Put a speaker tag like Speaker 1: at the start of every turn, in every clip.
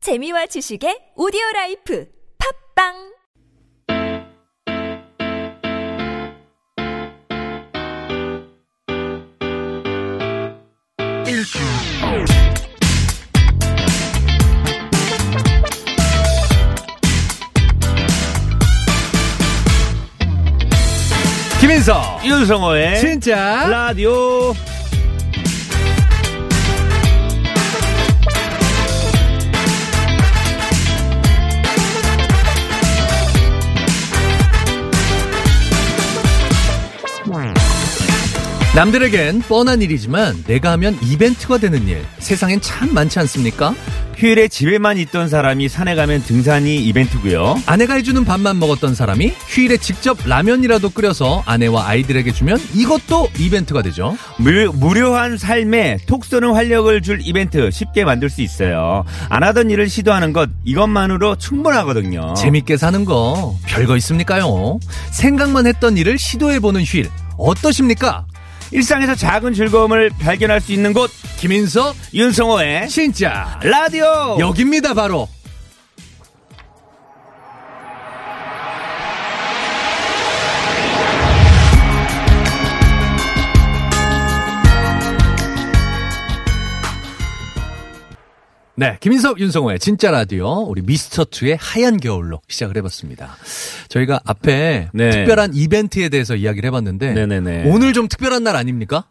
Speaker 1: 재미와 지식의 오디오 라이프 팝빵
Speaker 2: 김인석
Speaker 3: 윤성호의
Speaker 2: 진짜
Speaker 3: 네. 라디오
Speaker 2: 남들에겐 뻔한 일이지만 내가 하면 이벤트가 되는 일 세상엔 참 많지 않습니까?
Speaker 3: 휴일에 집에만 있던 사람이 산에 가면 등산이 이벤트고요.
Speaker 2: 아내가 해주는 밥만 먹었던 사람이 휴일에 직접 라면이라도 끓여서 아내와 아이들에게 주면 이것도 이벤트가 되죠.
Speaker 3: 무, 무료한 삶에 톡 쏘는 활력을 줄 이벤트 쉽게 만들 수 있어요. 안 하던 일을 시도하는 것 이것만으로 충분하거든요.
Speaker 2: 재밌게 사는 거 별거 있습니까요? 생각만 했던 일을 시도해보는 휴일 어떠십니까?
Speaker 3: 일상에서 작은 즐거움을 발견할 수 있는 곳
Speaker 2: 김인석
Speaker 3: 윤성호의
Speaker 2: 진짜
Speaker 3: 라디오.
Speaker 2: 여기입니다 바로 네, 김인섭, 윤성호의 진짜 라디오, 우리 미스터2의 하얀 겨울로 시작을 해봤습니다. 저희가 앞에
Speaker 3: 네.
Speaker 2: 특별한 이벤트에 대해서 이야기를 해봤는데,
Speaker 3: 네네네.
Speaker 2: 오늘 좀 특별한 날 아닙니까?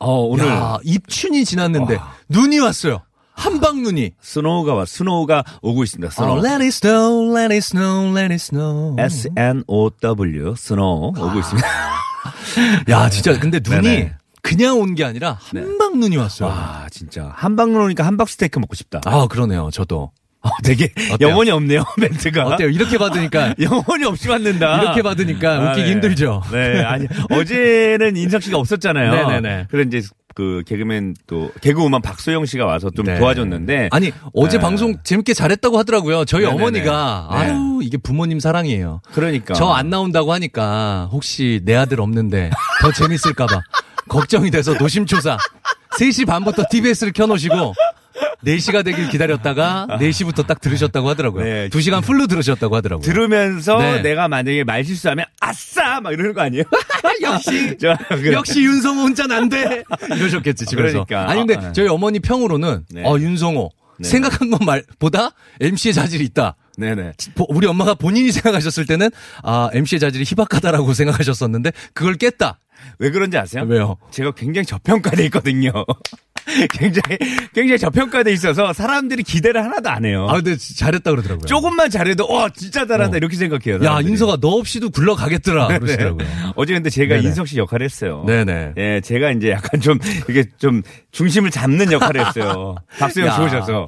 Speaker 3: 어, 오늘
Speaker 2: 야, 입춘이 지났는데,
Speaker 3: 와.
Speaker 2: 눈이 왔어요. 한방 눈이.
Speaker 3: 스노우가 와 스노우가 오고 있습니다.
Speaker 2: 어,
Speaker 3: 스노우.
Speaker 2: let it snow, let it snow, let it snow.
Speaker 3: S N O W 스노우 오고 있습니다.
Speaker 2: 야, 진짜 근데 눈이
Speaker 3: 네네.
Speaker 2: 그냥 온 게 아니라 한방 눈이 왔어요.
Speaker 3: 와 진짜 한방 오니까 한박 스테이크 먹고 싶다.
Speaker 2: 아, 그러네요. 저도.
Speaker 3: 어, 되게
Speaker 2: 어때요?
Speaker 3: 영혼이 없네요 멘트가.
Speaker 2: 어때요? 아. 이렇게 받으니까
Speaker 3: 영혼이 없이 받는다. 아,
Speaker 2: 이렇게 받으니까 웃기기 힘들죠.
Speaker 3: 네, 아니 어제는 인석 씨가 없었잖아요.
Speaker 2: 네네네.
Speaker 3: 그래 이제 그 개그맨 또 개그우먼 박소영 씨가 와서 좀
Speaker 2: 네.
Speaker 3: 도와줬는데.
Speaker 2: 아니, 어제
Speaker 3: 네.
Speaker 2: 방송 재밌게 잘했다고 하더라고요. 저희
Speaker 3: 네네네.
Speaker 2: 어머니가
Speaker 3: 네.
Speaker 2: 아유, 이게 부모님 사랑이에요.
Speaker 3: 그러니까
Speaker 2: 저 안 나온다고 하니까 혹시 내 아들 없는데 더 재밌을까 봐 걱정이 돼서 노심초사 3시 반부터 TBS를 켜 놓으시고 4시가 되길 기다렸다가 4시부터 딱 들으셨다고 하더라고요.
Speaker 3: 네.
Speaker 2: 2시간 풀로 들으셨다고 하더라고요.
Speaker 3: 들으면서
Speaker 2: 네.
Speaker 3: 내가 만약에 말 실수하면 아싸 막 이러는 거 아니에요?
Speaker 2: 역시
Speaker 3: 저, 그래.
Speaker 2: 역시 윤성호 혼자 난데 이러셨겠지 집에서.
Speaker 3: 그러니까.
Speaker 2: 아니 근데
Speaker 3: 아, 아.
Speaker 2: 저희 어머니 평으로는
Speaker 3: 네.
Speaker 2: 어 윤성호
Speaker 3: 네.
Speaker 2: 생각한 것 말보다 MC의 자질이 있다.
Speaker 3: 네네.
Speaker 2: 보- 우리 엄마가 본인이 생각하셨을 때는 아 MC의 자질이 희박하다라고 생각하셨었는데 그걸 깼다.
Speaker 3: 왜 그런지 아세요?
Speaker 2: 왜요?
Speaker 3: 제가 굉장히 저평가돼 있거든요. 굉장히 굉장히 저평가돼 있어서 사람들이 기대를 하나도 안 해요.
Speaker 2: 아 근데 지- 잘했다 그러더라고요.
Speaker 3: 조금만 잘해도 와 진짜 잘한다
Speaker 2: 어.
Speaker 3: 이렇게 생각해요.
Speaker 2: 야
Speaker 3: 사람들이. 네.
Speaker 2: 인서가 너 없이도 굴러가겠더라 그러시더라고요.
Speaker 3: 어제 근데 제가
Speaker 2: 네네.
Speaker 3: 인석 씨 역할을 했어요.
Speaker 2: 네네.
Speaker 3: 예, 제가 이제 약간 좀 이게 좀 중심을 잡는 역할을 했어요. 박수영
Speaker 2: 야.
Speaker 3: 좋으셔서.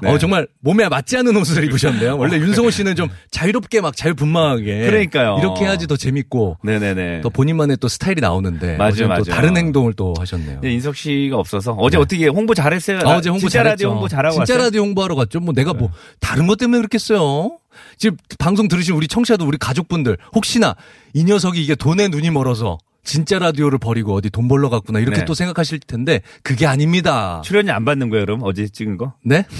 Speaker 3: 네. 어.
Speaker 2: 어 정말 몸에 맞지 않은 옷을 입으셨네요. 원래 윤성호 씨는 좀 자유롭게 막 자유분방하게
Speaker 3: 그러니까요.
Speaker 2: 이렇게 해야지 더 재밌고
Speaker 3: 네네네.
Speaker 2: 또 본인만의 또 스타일이 나오는데
Speaker 3: 맞아요,
Speaker 2: 어제는
Speaker 3: 맞아요.
Speaker 2: 또 다른 행동을 또 하셨네요.
Speaker 3: 네, 인석 씨가 없어서 어제 어떻게 홍보 잘했어요?
Speaker 2: 아, 네. 어제 홍보
Speaker 3: 진짜
Speaker 2: 잘했죠.
Speaker 3: 라디오 홍보 잘하고
Speaker 2: 진짜
Speaker 3: 왔어요. 네.
Speaker 2: 라디오 홍보하러 갔죠. 뭐 내가 뭐 다른 것 때문에 그랬겠어요. 지금 방송 들으신 우리 청취자도 우리 가족분들 혹시나 이 녀석이 이게 돈에 눈이 멀어서 진짜 라디오를 버리고 어디 돈 벌러 갔구나 이렇게
Speaker 3: 네.
Speaker 2: 또 생각하실 텐데 그게 아닙니다.
Speaker 3: 출연료 안 받는 거예요, 그럼 어제 찍은 거?
Speaker 2: 네?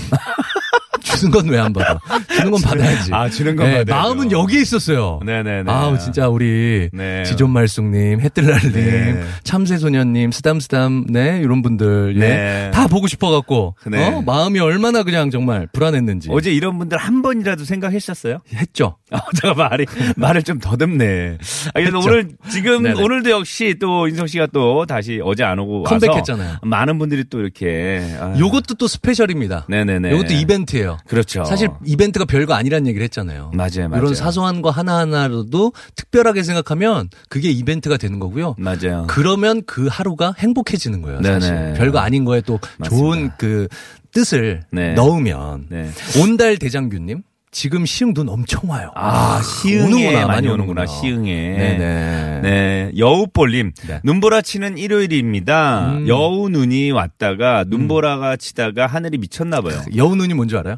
Speaker 2: 주는 건 왜 안 받아? 주는 건 받아야지. 네,
Speaker 3: 아, 주는 건 받아야죠.
Speaker 2: 마음은 여기에 있었어요.
Speaker 3: 네네네.
Speaker 2: 아우, 진짜 우리
Speaker 3: 네.
Speaker 2: 지존말숙님, 햇들날님,
Speaker 3: 네.
Speaker 2: 참새소년님, 쓰담쓰담, 네, 이런 분들. 예.
Speaker 3: 네.
Speaker 2: 다 보고 싶어갖고.
Speaker 3: 네.
Speaker 2: 어? 마음이 얼마나 그냥 정말 불안했는지.
Speaker 3: 어제 이런 분들 한 번이라도 생각했었어요?
Speaker 2: 했죠.
Speaker 3: 아, 제가 말이 말을 좀 더듬네. 아, 그래서
Speaker 2: 했죠.
Speaker 3: 오늘 지금
Speaker 2: 네네.
Speaker 3: 오늘도 역시 또 인석 씨가 또 다시 어제 안 오고 와서
Speaker 2: 컴백했잖아요.
Speaker 3: 많은 분들이 또 이렇게 아,
Speaker 2: 요것도 또 스페셜입니다.
Speaker 3: 네네네.
Speaker 2: 요것도 이벤트예요.
Speaker 3: 그렇죠.
Speaker 2: 사실 이벤트가 별거 아니란 얘기를 했잖아요.
Speaker 3: 맞아요, 맞아요.
Speaker 2: 이런 사소한 거 하나하나로도 특별하게 생각하면 그게 이벤트가 되는 거고요.
Speaker 3: 맞아요.
Speaker 2: 그러면 그 하루가 행복해지는 거예요. 사실
Speaker 3: 어. 네네.
Speaker 2: 별거 아닌 거에 또 좋은
Speaker 3: 맞습니다.
Speaker 2: 그 뜻을
Speaker 3: 네.
Speaker 2: 넣으면
Speaker 3: 네.
Speaker 2: 온달 대장균님 지금 시흥 눈 엄청 와요.
Speaker 3: 아, 시흥에
Speaker 2: 오는구나,
Speaker 3: 많이,
Speaker 2: 많이
Speaker 3: 오는구나,
Speaker 2: 오는구나.
Speaker 3: 시흥에.
Speaker 2: 네네.
Speaker 3: 네, 여우볼님.
Speaker 2: 네.
Speaker 3: 눈보라 치는 일요일입니다.
Speaker 2: 음.
Speaker 3: 여우 눈이 왔다가 눈보라가 치다가 하늘이 미쳤나봐요.
Speaker 2: 여우 눈이 뭔 줄 알아요?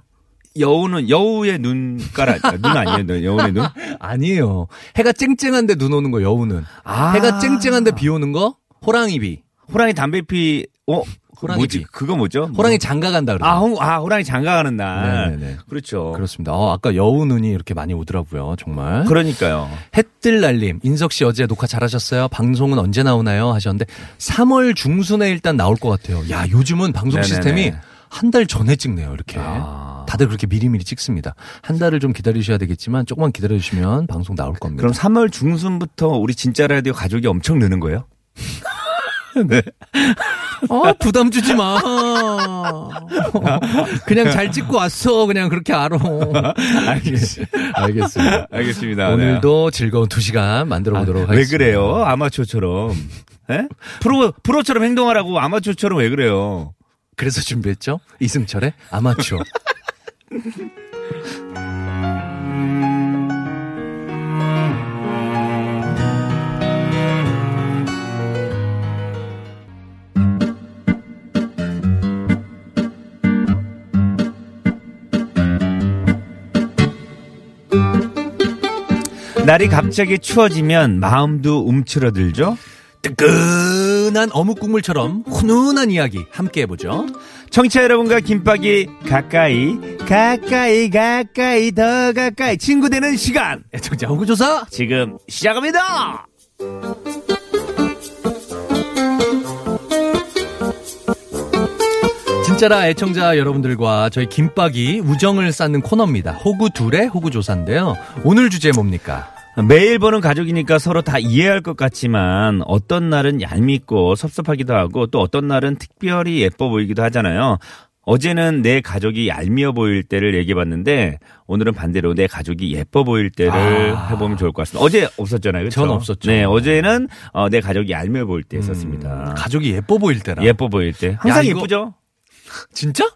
Speaker 3: 그 여우는, 여우의 눈가락, 아, 눈 아니에요? 눈, 여우의 눈?
Speaker 2: 아니에요. 해가 쨍쨍한데 눈 오는 거 여우는.
Speaker 3: 아.
Speaker 2: 해가 쨍쨍한데 비 오는 거 호랑이 비.
Speaker 3: 호랑이 담배 피, 어?
Speaker 2: 호랑이지.
Speaker 3: 뭐지? 그거 뭐죠? 뭐-
Speaker 2: 호랑이 장가 간다 그래요.
Speaker 3: 아, 호, 아, 호랑이 장가 가는 날.
Speaker 2: 네네네.
Speaker 3: 그렇죠.
Speaker 2: 그렇습니다. 어, 아까 여우 눈이 이렇게 많이 오더라고요. 정말.
Speaker 3: 그러니까요.
Speaker 2: 햇뜰 날림 인석 씨 어제 녹화 잘하셨어요. 방송은 언제 나오나요? 하셨는데 3월 중순에 일단 나올 것 같아요. 야 요즘은 방송
Speaker 3: 네네네.
Speaker 2: 시스템이 한 달 전에 찍네요. 이렇게
Speaker 3: 아.
Speaker 2: 다들 그렇게 미리미리 찍습니다. 한 달을 좀 기다리셔야 되겠지만 조금만 기다려주시면 방송 나올 겁니다.
Speaker 3: 그럼 3월 중순부터 우리 진짜 라디오 가족이 엄청 느는 거예요?
Speaker 2: 아, 부담 주지 마. 그냥 잘 찍고 왔어. 그냥 그렇게 알아. 알겠습니다.
Speaker 3: 알겠습니다.
Speaker 2: 오늘도 즐거운 두 시간 만들어 보도록
Speaker 3: 아, 네. 왜
Speaker 2: 하겠습니다.
Speaker 3: 그래요? 아마추어처럼. 예? 프로, 프로처럼 행동하라고 아마추어처럼 왜 그래요?
Speaker 2: 그래서 준비했죠? 이승철의 아마추어.
Speaker 3: 날이 갑자기 추워지면 마음도 움츠러들죠?
Speaker 2: 뜨끈한 어묵 국물처럼 훈훈한 이야기 함께 해보죠.
Speaker 3: 청취자 여러분과 김밥이 가까이, 가까이, 가까이, 더 가까이 친구 되는 시간!
Speaker 2: 애청자 호구조사.
Speaker 3: 지금 시작합니다!
Speaker 2: 진짜라 애청자 여러분들과 저희 김밥이 우정을 쌓는 코너입니다. 호구 둘의 호구조사인데요. 오늘 주제 뭡니까?
Speaker 3: 매일 보는 가족이니까 서로 다 이해할 것 같지만 어떤 날은 얄밉고 섭섭하기도 하고 또 어떤 날은 특별히 예뻐 보이기도 하잖아요. 어제는 내 가족이 얄미워 보일 때를 얘기해 봤는데 오늘은 반대로 내 가족이 예뻐 보일 때를
Speaker 2: 아.
Speaker 3: 해보면 좋을 것 같습니다. 어제 없었잖아요. 그렇죠? 음,
Speaker 2: 전 없었죠.
Speaker 3: 네, 어제는 어, 내 가족이 얄미워 보일 때였었습니다.
Speaker 2: 가족이 예뻐 보일 때라.
Speaker 3: 예뻐 보일 때. 항상
Speaker 2: 이거-
Speaker 3: 예쁘죠?
Speaker 2: 진짜?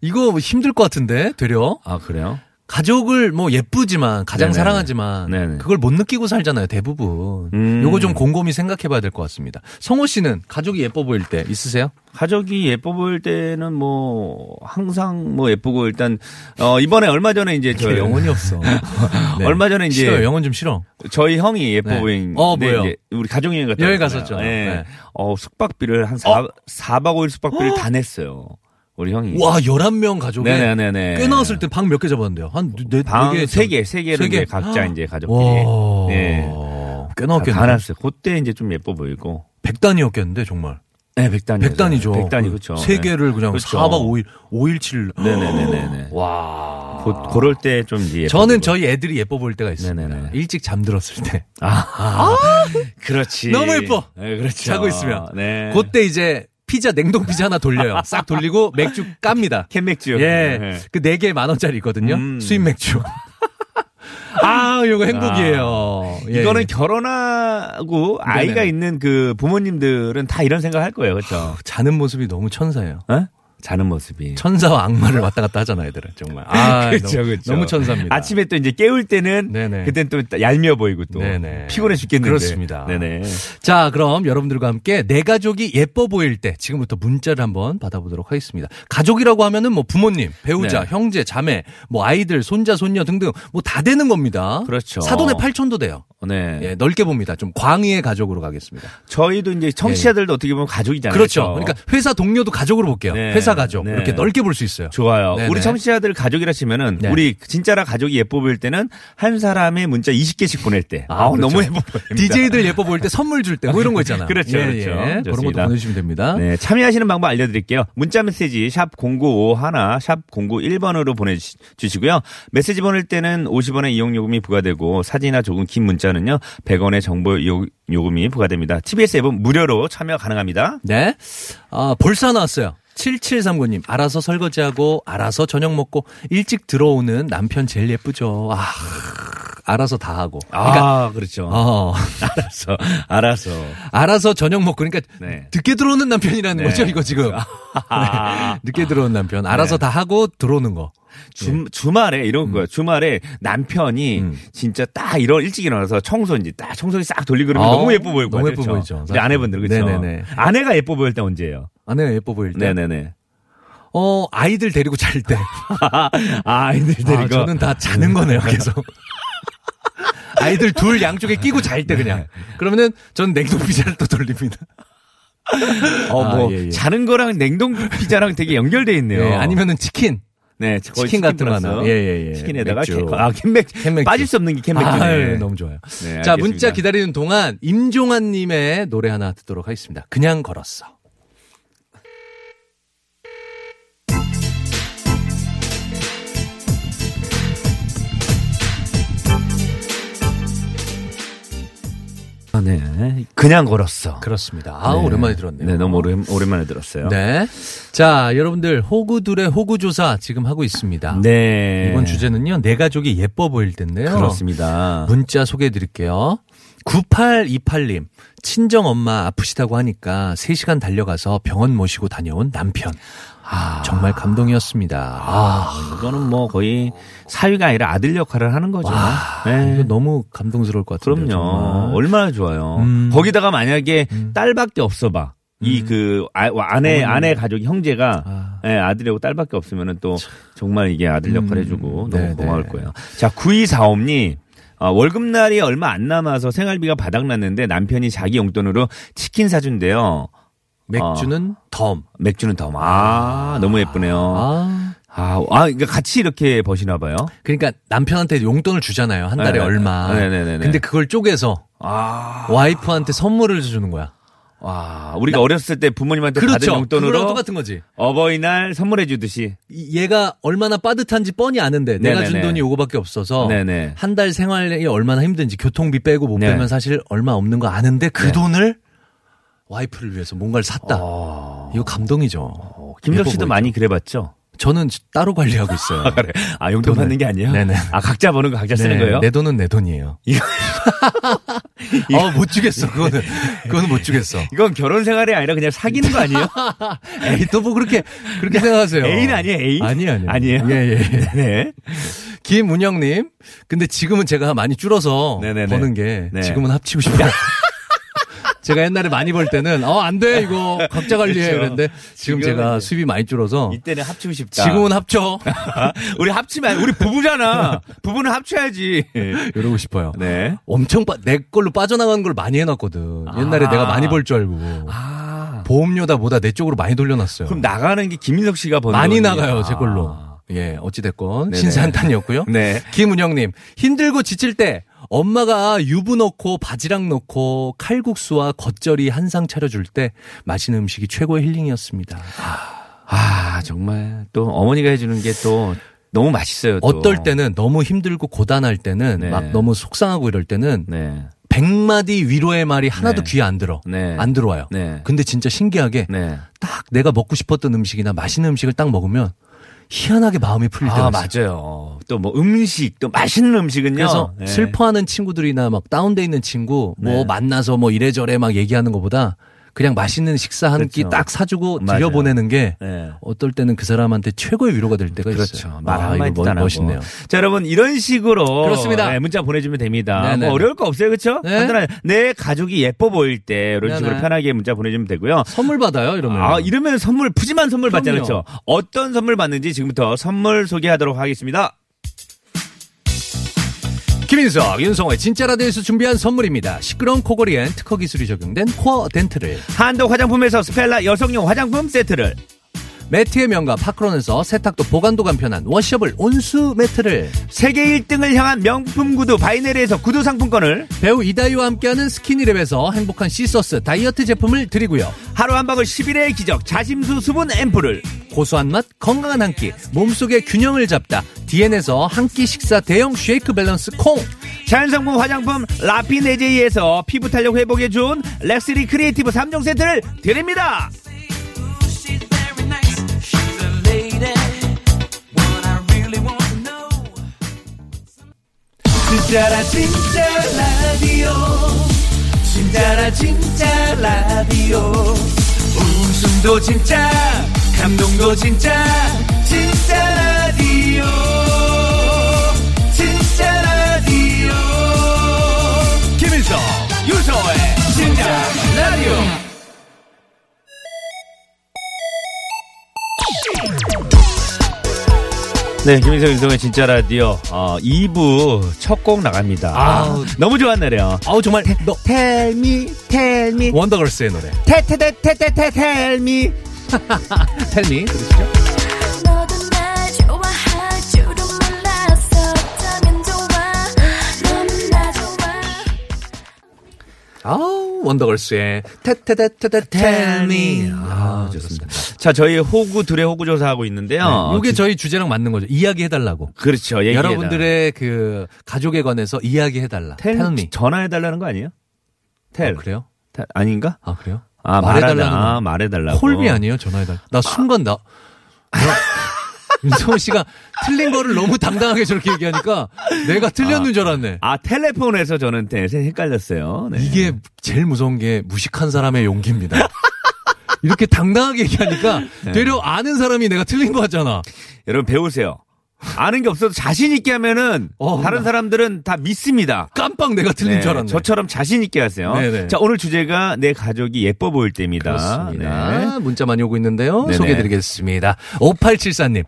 Speaker 2: 이거 힘들 것 같은데 되려
Speaker 3: 아, 그래요?
Speaker 2: 가족을 뭐 예쁘지만 가장
Speaker 3: 네네네.
Speaker 2: 사랑하지만
Speaker 3: 네네.
Speaker 2: 그걸 못 느끼고 살잖아요 대부분
Speaker 3: 음.
Speaker 2: 요거 좀 곰곰이 생각해봐야 될 것 같습니다 성호 씨는 가족이 예뻐 보일 때 있으세요?
Speaker 3: 가족이 예뻐 보일 때는 뭐 항상 뭐 예쁘고 일단 어 이번에 얼마 전에 이제 저
Speaker 2: 저 영혼이 없어 네.
Speaker 3: 얼마 전에 이제
Speaker 2: 싫어요 영혼 좀 싫어
Speaker 3: 저희 형이 예뻐
Speaker 2: 네.
Speaker 3: 보인.
Speaker 2: 어, 뭐요?
Speaker 3: 이제 우리 가족 여행 갔다
Speaker 2: 여행
Speaker 3: 왔잖아요.
Speaker 2: 갔었죠.
Speaker 3: 예.
Speaker 2: 네. 어?
Speaker 3: 어, 숙박비를 한 4, 박오일 숙박비를 다 냈어요. 우리 형이.
Speaker 2: 와 11명 가족이
Speaker 3: 음. 네네네네.
Speaker 2: 끊었을 때 방 몇 개 잡았는데요? 한네개
Speaker 3: 방세 개, 세 개를
Speaker 2: 세 개. 아.
Speaker 3: 이제 각자 이제 가족끼리.
Speaker 2: 와
Speaker 3: 네.
Speaker 2: 끊었겠네
Speaker 3: 다 났어요. 그때 이제 좀 예뻐 보이고.
Speaker 2: 백단이었겠는데 정말
Speaker 3: 네, 백단이.
Speaker 2: 백단이죠
Speaker 3: 백단이 그렇죠.
Speaker 2: 세 개를 그냥
Speaker 3: 그렇죠.
Speaker 2: 4박 5일 5일 7일
Speaker 3: 네네네네.
Speaker 2: 와
Speaker 3: 고, 그럴 때 좀 이제. 예뻐
Speaker 2: 저는
Speaker 3: 보이고.
Speaker 2: 저희 애들이 예뻐 보일 때가 있습니다.
Speaker 3: 네네네.
Speaker 2: 일찍 잠들었을 때.
Speaker 3: 그렇지.
Speaker 2: 너무 예뻐.
Speaker 3: 네, 그렇죠.
Speaker 2: 자고 있으면.
Speaker 3: 네.
Speaker 2: 그때 이제 피자 냉동 피자 하나 돌려요. 싹 돌리고 맥주 깝니다.
Speaker 3: 캔맥주.
Speaker 2: 예. 그 네 개에 만 원짜리 있거든요.
Speaker 3: 음.
Speaker 2: 수입 맥주. 아, 이거 행복이에요. 예.
Speaker 3: 아. 이거는 결혼하고 아이가
Speaker 2: 네네네. 아,
Speaker 3: 있는 그 부모님들은 다 이런 생각 할 거예요. 그렇죠?
Speaker 2: 자는 모습이 너무 천사예요.
Speaker 3: 어? 자는 모습이.
Speaker 2: 천사와 악마를 왔다 갔다 하잖아, 애들은 정말. 아,
Speaker 3: 그렇죠,
Speaker 2: 너무,
Speaker 3: 그렇죠.
Speaker 2: 너무 천사입니다.
Speaker 3: 아침에 또 이제 깨울 때는
Speaker 2: 네네.
Speaker 3: 그땐 또 얄미워 보이고 또
Speaker 2: 네네.
Speaker 3: 피곤해 죽겠는데.
Speaker 2: 그렇습니다.
Speaker 3: 네네.
Speaker 2: 자, 그럼 여러분들과 함께 내 가족이 예뻐 보일 때 지금부터 문자를 한번 받아보도록 하겠습니다. 가족이라고 하면은 뭐 부모님, 배우자,
Speaker 3: 네.
Speaker 2: 형제, 자매, 뭐 아이들, 손자, 손녀 등등 뭐 다 되는 겁니다.
Speaker 3: 그렇죠.
Speaker 2: 사돈의 팔촌도 돼요.
Speaker 3: 네.
Speaker 2: 예, 넓게 봅니다. 좀 광의의 가족으로 가겠습니다.
Speaker 3: 저희도 이제 청취자들도 어떻게 보면 가족이잖아요.
Speaker 2: 그렇죠. 그러니까 회사 동료도 가족으로 볼게요.
Speaker 3: 네.
Speaker 2: 회사 가족
Speaker 3: 네.
Speaker 2: 이렇게 넓게 볼 수 있어요.
Speaker 3: 좋아요.
Speaker 2: 네네.
Speaker 3: 우리 청취자들 가족이라 치면은
Speaker 2: 네.
Speaker 3: 우리 진짜라 가족이 예뻐 보일 때는 한 사람의 문자 20개씩 보낼 때.
Speaker 2: 아,
Speaker 3: 아,
Speaker 2: 그렇죠.
Speaker 3: 너무 예뻐 보입니다.
Speaker 2: DJ들 예뻐 보일 때 선물 줄 때 뭐 이런 거 있잖아.
Speaker 3: 그렇죠, 그렇죠.
Speaker 2: 그런 것도
Speaker 3: 좋습니다.
Speaker 2: 보내주시면 됩니다.
Speaker 3: 네, 참여하시는 방법 알려드릴게요. 문자 메시지 샵 0951, 샵 0951번으로 보내주시고요. 메시지 보낼 때는 50원의 이용요금이 부과되고 사진이나 조금 긴 문자는요. 100원의 정보 요, 요금이 부과됩니다. TBS 앱은 무료로 참여 가능합니다.
Speaker 2: 네. 아, 벌써 나왔어요. 7739님, 알아서 설거지하고, 알아서 저녁 먹고, 일찍 들어오는 남편 제일 예쁘죠. 아, 알아서 다 하고. 그러니까,
Speaker 3: 아, 그렇죠.
Speaker 2: 어,
Speaker 3: 알았어. 알았어.
Speaker 2: 알아서 저녁 먹고, 그러니까,
Speaker 3: 네.
Speaker 2: 늦게 들어오는 남편이라는
Speaker 3: 네.
Speaker 2: 거죠, 이거 지금. 네. 늦게 들어오는 남편. 알아서
Speaker 3: 네.
Speaker 2: 다 하고, 들어오는 거.
Speaker 3: 아, 주, 주말에 이런
Speaker 2: 음.
Speaker 3: 거야. 주말에 남편이 진짜 딱 이런 일찍 일어나서 청소인지 딱 청소기 싹 돌리고 그러면
Speaker 2: 아,
Speaker 3: 너무 예뻐 보일 거야.
Speaker 2: 너무 예뻐
Speaker 3: 그렇죠?
Speaker 2: 보이죠,
Speaker 3: 우리
Speaker 2: 사실.
Speaker 3: 아내분들 그렇죠.
Speaker 2: 네네네.
Speaker 3: 아내가 예뻐 보일 때 언제예요?
Speaker 2: 아내가 네, 예뻐 보일 때.
Speaker 3: 네네네.
Speaker 2: 어, 아이들 데리고 잘 때.
Speaker 3: 아, 이들 데리고.
Speaker 2: 아, 저는 다 자는 거네요, 계속. 네. 아이들 둘 양쪽에 끼고 잘 때 그냥. 그러면은 전 냉동 피자를 또 돌립니다.
Speaker 3: 어,
Speaker 2: 아,
Speaker 3: 뭐
Speaker 2: 예, 예.
Speaker 3: 자는 거랑 냉동 피자랑 되게 연결돼 있네요.
Speaker 2: 예, 아니면은 치킨.
Speaker 3: 네,
Speaker 2: 치킨,
Speaker 3: 거의
Speaker 2: 같은 거 하나.
Speaker 3: 플러스
Speaker 2: 예, 예, 예.
Speaker 3: 치킨에다가
Speaker 2: 맥주.
Speaker 3: 캔, 아, 캔맥,
Speaker 2: 캔맥주.
Speaker 3: 빠질 수 없는 게
Speaker 2: 아유,
Speaker 3: 캔맥주네.
Speaker 2: 너무 좋아요.
Speaker 3: 네,
Speaker 2: 자,
Speaker 3: 알겠습니다.
Speaker 2: 문자 기다리는 동안 임종환 님의 노래 하나 듣도록 하겠습니다. 그냥 걸었어.
Speaker 3: 아, 네. 그냥 걸었어.
Speaker 2: 그렇습니다. 아,
Speaker 3: 네.
Speaker 2: 오랜만에 들었네요.
Speaker 3: 네, 너무 오랜, 오랜만에 들었어요.
Speaker 2: 네. 자, 여러분들 호구둘의 호구 조사 지금 하고 있습니다.
Speaker 3: 네.
Speaker 2: 이번 주제는요. 내 가족이 예뻐 보일 텐데요.
Speaker 3: 그렇습니다.
Speaker 2: 문자 소개해 드릴게요. 9828님, 친정 엄마 아프시다고 하니까 3시간 달려가서 병원 모시고 다녀온 남편. 아, 정말 감동이었습니다. 아,
Speaker 3: 아, 이거는 뭐 거의 사위가 아니라 아들 역할을 하는 거죠. 네.
Speaker 2: 이거 너무 감동스러울 것 같은데.
Speaker 3: 그럼요. 얼마나 좋아요.
Speaker 2: 네, 음.
Speaker 3: 거기다가 만약에 딸밖에 없어봐. 이 그 아내 아내 가족 형제가
Speaker 2: 아.
Speaker 3: 예, 아들하고 딸밖에 없으면은 또 정말 이게 아들 역할 해주고 너무
Speaker 2: 네,
Speaker 3: 고마울
Speaker 2: 네.
Speaker 3: 거예요. 자 9245님 아, 월급날이 얼마 안 남아서 생활비가 바닥났는데 남편이 자기 용돈으로 치킨 사준대요.
Speaker 2: 맥주는
Speaker 3: 아.
Speaker 2: 덤.
Speaker 3: 맥주는 더. 아 너무 예쁘네요.
Speaker 2: 아.
Speaker 3: 아, 아 그러니까 같이 이렇게 버시나 봐요.
Speaker 2: 그러니까 남편한테 용돈을 주잖아요. 한 달에
Speaker 3: 네네.
Speaker 2: 얼마.
Speaker 3: 네네네네.
Speaker 2: 근데 그걸 쪼개서
Speaker 3: 아,
Speaker 2: 와이프한테 선물을 주는 거야.
Speaker 3: 와 우리가 어렸을 때 부모님한테 받은
Speaker 2: 그렇죠. 그거랑
Speaker 3: 용돈으로
Speaker 2: 똑같은 거지.
Speaker 3: 어버이날 선물해 주듯이.
Speaker 2: 이- 얘가 얼마나 빠듯한지 뻔히 아는데 내가 준
Speaker 3: 네네네.
Speaker 2: 돈이 요거밖에 없어서
Speaker 3: 네네.
Speaker 2: 한 달 생활이 얼마나 힘든지 교통비 빼고 못
Speaker 3: 네.
Speaker 2: 빼면 사실 얼마 없는 거 아는데 그 돈을 와이프를 위해서 뭔가를 샀다.
Speaker 3: 아.
Speaker 2: 이거 감동이죠.
Speaker 3: 김덕
Speaker 2: 예뻐
Speaker 3: 씨도
Speaker 2: 보이죠?
Speaker 3: 많이 그래봤죠?
Speaker 2: 저는 따로 관리하고 있어요.
Speaker 3: 그래. 아, 용돈
Speaker 2: 돈을.
Speaker 3: 받는 게 아니에요?
Speaker 2: 네네.
Speaker 3: 아, 각자 버는 거 각자 쓰는
Speaker 2: 네,
Speaker 3: 거예요?
Speaker 2: 내 돈은 내 돈이에요. 어, 못 주겠어. 그거는 그거는 못 주겠어.
Speaker 3: 이건 결혼 생활이 아니라 그냥 사귀는 거 아니에요?
Speaker 2: 에이 또 뭐 그렇게 그렇게 생각하세요.
Speaker 3: 애인 어. 아니에요, 애인?
Speaker 2: 아니 아니.
Speaker 3: 아니에요?
Speaker 2: 예 예.
Speaker 3: 네.
Speaker 2: 김운영 님. 근데 지금은 제가 많이 줄어서
Speaker 3: 네네네.
Speaker 2: 버는 게
Speaker 3: 네.
Speaker 2: 지금은 합치고 싶어요. 제가 옛날에 많이 벌 때는 어 안 돼 이거 각자 관리해
Speaker 3: 그렇죠.
Speaker 2: 그랬는데 지금
Speaker 3: 지금은
Speaker 2: 제가
Speaker 3: 이제-
Speaker 2: 수입이 많이 줄어서
Speaker 3: 이때는 합치고 싶다.
Speaker 2: 지금은 합쳐
Speaker 3: 아, 우리 합치면, 우리 부부잖아. 부부는 합쳐야지.
Speaker 2: 이러고 싶어요.
Speaker 3: 네.
Speaker 2: 엄청 빠, 내 걸로 빠져나간 걸 많이 해놨거든. 옛날에
Speaker 3: 아.
Speaker 2: 내가 많이 벌 줄 알고
Speaker 3: 아.
Speaker 2: 보험료다 뭐다 내 쪽으로 많이 돌려놨어요.
Speaker 3: 그럼 나가는 게 김민석 씨가 버는
Speaker 2: 많이
Speaker 3: 거거든요.
Speaker 2: 나가요 제
Speaker 3: 아.
Speaker 2: 걸로. 예 어찌됐건
Speaker 3: 네네.
Speaker 2: 신세한탄이었고요.
Speaker 3: 네.
Speaker 2: 김은영님 힘들고 지칠 때 엄마가 유부 넣고 바지락 넣고 칼국수와 겉절이 한 상 차려줄 때 맛있는 음식이 최고의 힐링이었습니다.
Speaker 3: 아, 정말 또 어머니가 해주는 게 또 너무 맛있어요. 또.
Speaker 2: 어떨 때는 너무 힘들고 고단할 때는
Speaker 3: 네.
Speaker 2: 막 너무 속상하고 이럴 때는
Speaker 3: 네.
Speaker 2: 백마디 위로의 말이 하나도
Speaker 3: 네.
Speaker 2: 귀에 안 들어.
Speaker 3: 네.
Speaker 2: 안 들어와요.
Speaker 3: 네.
Speaker 2: 근데 진짜 신기하게
Speaker 3: 네.
Speaker 2: 딱 내가 먹고 싶었던 음식이나 맛있는 음식을 딱 먹으면 희한하게 마음이 풀릴 때가
Speaker 3: 아,
Speaker 2: 있어요.
Speaker 3: 맞아요. 또 뭐 음식, 또 맛있는 음식은요.
Speaker 2: 그렇죠. 그래서
Speaker 3: 네.
Speaker 2: 슬퍼하는 친구들이나 막 다운돼 있는 친구 뭐
Speaker 3: 네.
Speaker 2: 만나서 뭐 이래저래 막 얘기하는 것보다 그냥 맛있는 식사 한 끼
Speaker 3: 그렇죠.
Speaker 2: 딱 사주고
Speaker 3: 맞아요.
Speaker 2: 들여보내는 게
Speaker 3: 네.
Speaker 2: 어떨 때는 그 사람한테 최고의 위로가 될 때가
Speaker 3: 그렇죠.
Speaker 2: 있어요.
Speaker 3: 말
Speaker 2: 아, 이거
Speaker 3: 한마디도
Speaker 2: 멋-
Speaker 3: 안 하고.
Speaker 2: 멋있네요.
Speaker 3: 자, 여러분 이런 식으로
Speaker 2: 그렇습니다.
Speaker 3: 네, 문자 보내주면 됩니다.
Speaker 2: 네네.
Speaker 3: 뭐 어려울 거 없어요, 그렇죠?
Speaker 2: 네.
Speaker 3: 간단한 내 가족이 예뻐 보일 때 이런 식으로
Speaker 2: 네네.
Speaker 3: 편하게 문자 보내주면 되고요.
Speaker 2: 선물 받아요 이러면.
Speaker 3: 아, 이러면 선물 푸짐한 선물 받잖아요,
Speaker 2: 그럼요.
Speaker 3: 그렇죠? 어떤 선물 받는지 지금부터 선물 소개하도록 하겠습니다.
Speaker 2: 김인석, 윤성호의 진짜 라디오에서 준비한 선물입니다. 시끄러운 코골이엔 특허 기술이 적용된 코어 덴트를
Speaker 3: 한독 화장품에서 스펠라 여성용 화장품 세트를
Speaker 2: 매트의 명가 파크론에서 세탁도 보관도 간편한 워셔블 온수 매트를
Speaker 3: 세계 1등을 향한 명품 구두 바이네리에서 구두 상품권을
Speaker 2: 배우 이다희와 함께하는 스키니랩에서 행복한 시서스 다이어트 제품을 드리고요.
Speaker 3: 하루 한 방울 10일의 기적 자심수 수분 앰플을
Speaker 2: 고소한 맛, 건강한 한 끼, 몸속의 균형을 잡다. DN에서 한 끼 식사 대형 쉐이크 밸런스 콩.
Speaker 3: 자연성분 화장품 라피네제이에서 피부 탄력 회복에 좋은 렉스리 크리에이티브 3종 세트를 드립니다.
Speaker 4: She's very nice. She's a lady. What I really want to know.
Speaker 3: 진짜라 진짜 라디오 진짜라 진짜 라디오 웃음도 진짜 감동도 진짜 진짜 라디오 진짜 라디오 김일성 유서의 진짜 라디오 네, 김인석 윤성의 진짜 라디오 어, 2부 첫 곡 나갑니다.
Speaker 2: 아우.
Speaker 3: 너무 좋았 노래요.
Speaker 2: 아우 정말 너
Speaker 3: Tell me, tell me,
Speaker 2: 원더걸스의 노래.
Speaker 3: tell, tell, tell, tell, tell, tell me.
Speaker 2: 텔미 들으시죠?
Speaker 5: 너도 날 좋아할 줄은 몰랐어 어쩌면 좋아 너는 나 좋아
Speaker 2: 아우 원더걸스의 테테테테테 텔미.
Speaker 3: 아, 좋습니다. 자, 저희 호구 둘의 호구 조사하고 있는데요.
Speaker 2: 이게 어, 저희 주제랑 맞는 거죠. 이야기 해달라고.
Speaker 3: 그렇죠. 얘기해라.
Speaker 2: 네, 여러분들의 그 가족에 관해서 이야기 해달라.
Speaker 3: tell,
Speaker 2: 텔미.
Speaker 3: me 전화해달라는 거 아니에요? tell.
Speaker 2: 그래요?
Speaker 3: 다- 아닌가?
Speaker 2: 아 그래요?
Speaker 3: 아,
Speaker 2: 말해달라는
Speaker 3: 말하다. 아,
Speaker 2: 거.
Speaker 3: 말해달라고.
Speaker 2: 콜미 아니에요? 전화해달라. 나 순간 나. 나- 윤성호 씨가 틀린 거를 너무 당당하게 저렇게 얘기하니까 내가 틀렸는 줄 알았네.
Speaker 3: 아, 텔레폰에서 저는 네, 헷갈렸어요. 네.
Speaker 2: 이게 제일 무서운 게 무식한 사람의 용기입니다. 이렇게 당당하게 얘기하니까
Speaker 3: 네.
Speaker 2: 되려 아는 사람이 내가 틀린 거 같잖아.
Speaker 3: 여러분 배우세요. 아는 게 없어도 자신 있게 하면은
Speaker 2: 어,
Speaker 3: 다른
Speaker 2: 나-
Speaker 3: 사람들은 다 믿습니다.
Speaker 2: 깜빡 내가 틀린
Speaker 3: 네,
Speaker 2: 줄 알았네.
Speaker 3: 저처럼 자신 있게 하세요.
Speaker 2: 네네.
Speaker 3: 자, 오늘 주제가 내 가족이 예뻐 보일 때입니다.
Speaker 2: 그렇습니다.
Speaker 3: 네.
Speaker 2: 문자 많이 오고 있는데요.
Speaker 3: 네네.
Speaker 2: 소개해드리겠습니다. 5874님.